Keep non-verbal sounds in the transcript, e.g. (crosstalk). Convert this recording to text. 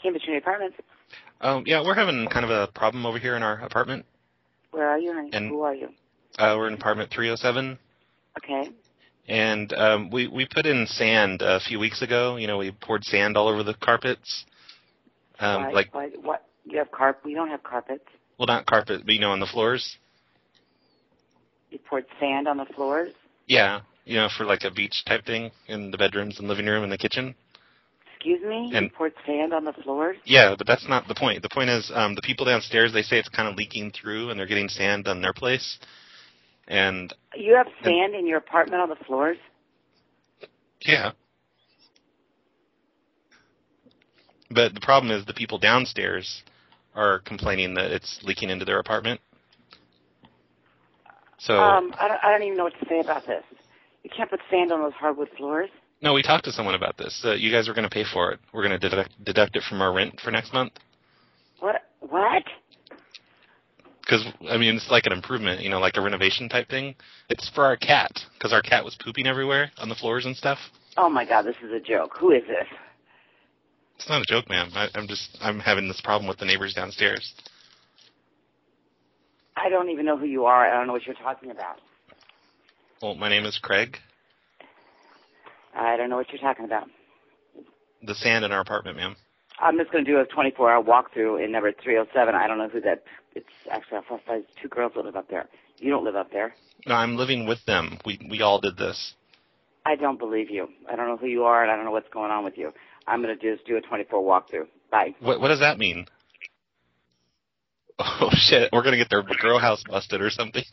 Community Apartments. Um, yeah, we're having kind of a problem over here in our apartment. Where are you, honey? And- Who are you? Uh, we're in apartment 307, Okay. and um, we we put in sand a few weeks ago. You know, we poured sand all over the carpets. Um, why, Like, why, what? You have carp? We don't have carpets. well, not carpet, but you know, on the floors. You poured sand on the floors. Yeah, you know, for like a beach type thing in the bedrooms and living room and the kitchen. Excuse me. you And- poured sand on the floors. Yeah, but that's not the point. The point is, um, the people downstairs they say it's kind of leaking through, and they're getting sand on their place. And You have sand in your apartment on the floors. yeah, but the problem is the people downstairs are complaining that it's leaking into their apartment. So Um, I don't, I don't even know what to say about this. You can't put sand on those hardwood floors. no, we talked to someone about this. Uh, you guys are going to pay for it. We're going to deduct deduct it from our rent for next month. What? What? because I mean it's like an improvement, you know, like a renovation type thing. It's for our cat because our cat was pooping everywhere on the floors and stuff. Oh my God, this is a joke. Who is this? It's not a joke, ma'am. I, I'm just I'm having this problem with the neighbors downstairs. I don't even know who you are. I don't know what you're talking about. Well, my name is Craig. I don't know what you're talking about. The sand in our apartment, ma'am. I'm just going to do a 24-hour walkthrough in number 307. I don't know who that. It's actually I thought those two girls that live up there. You don't live up there. No, I'm living with them. We we all did this. I don't believe you. I don't know who you are, and I don't know what's going on with you. I'm going to just do a 24 walkthrough. Bye. What what does (laughs) that mean? Oh shit! We're gonna get their grow house busted or something.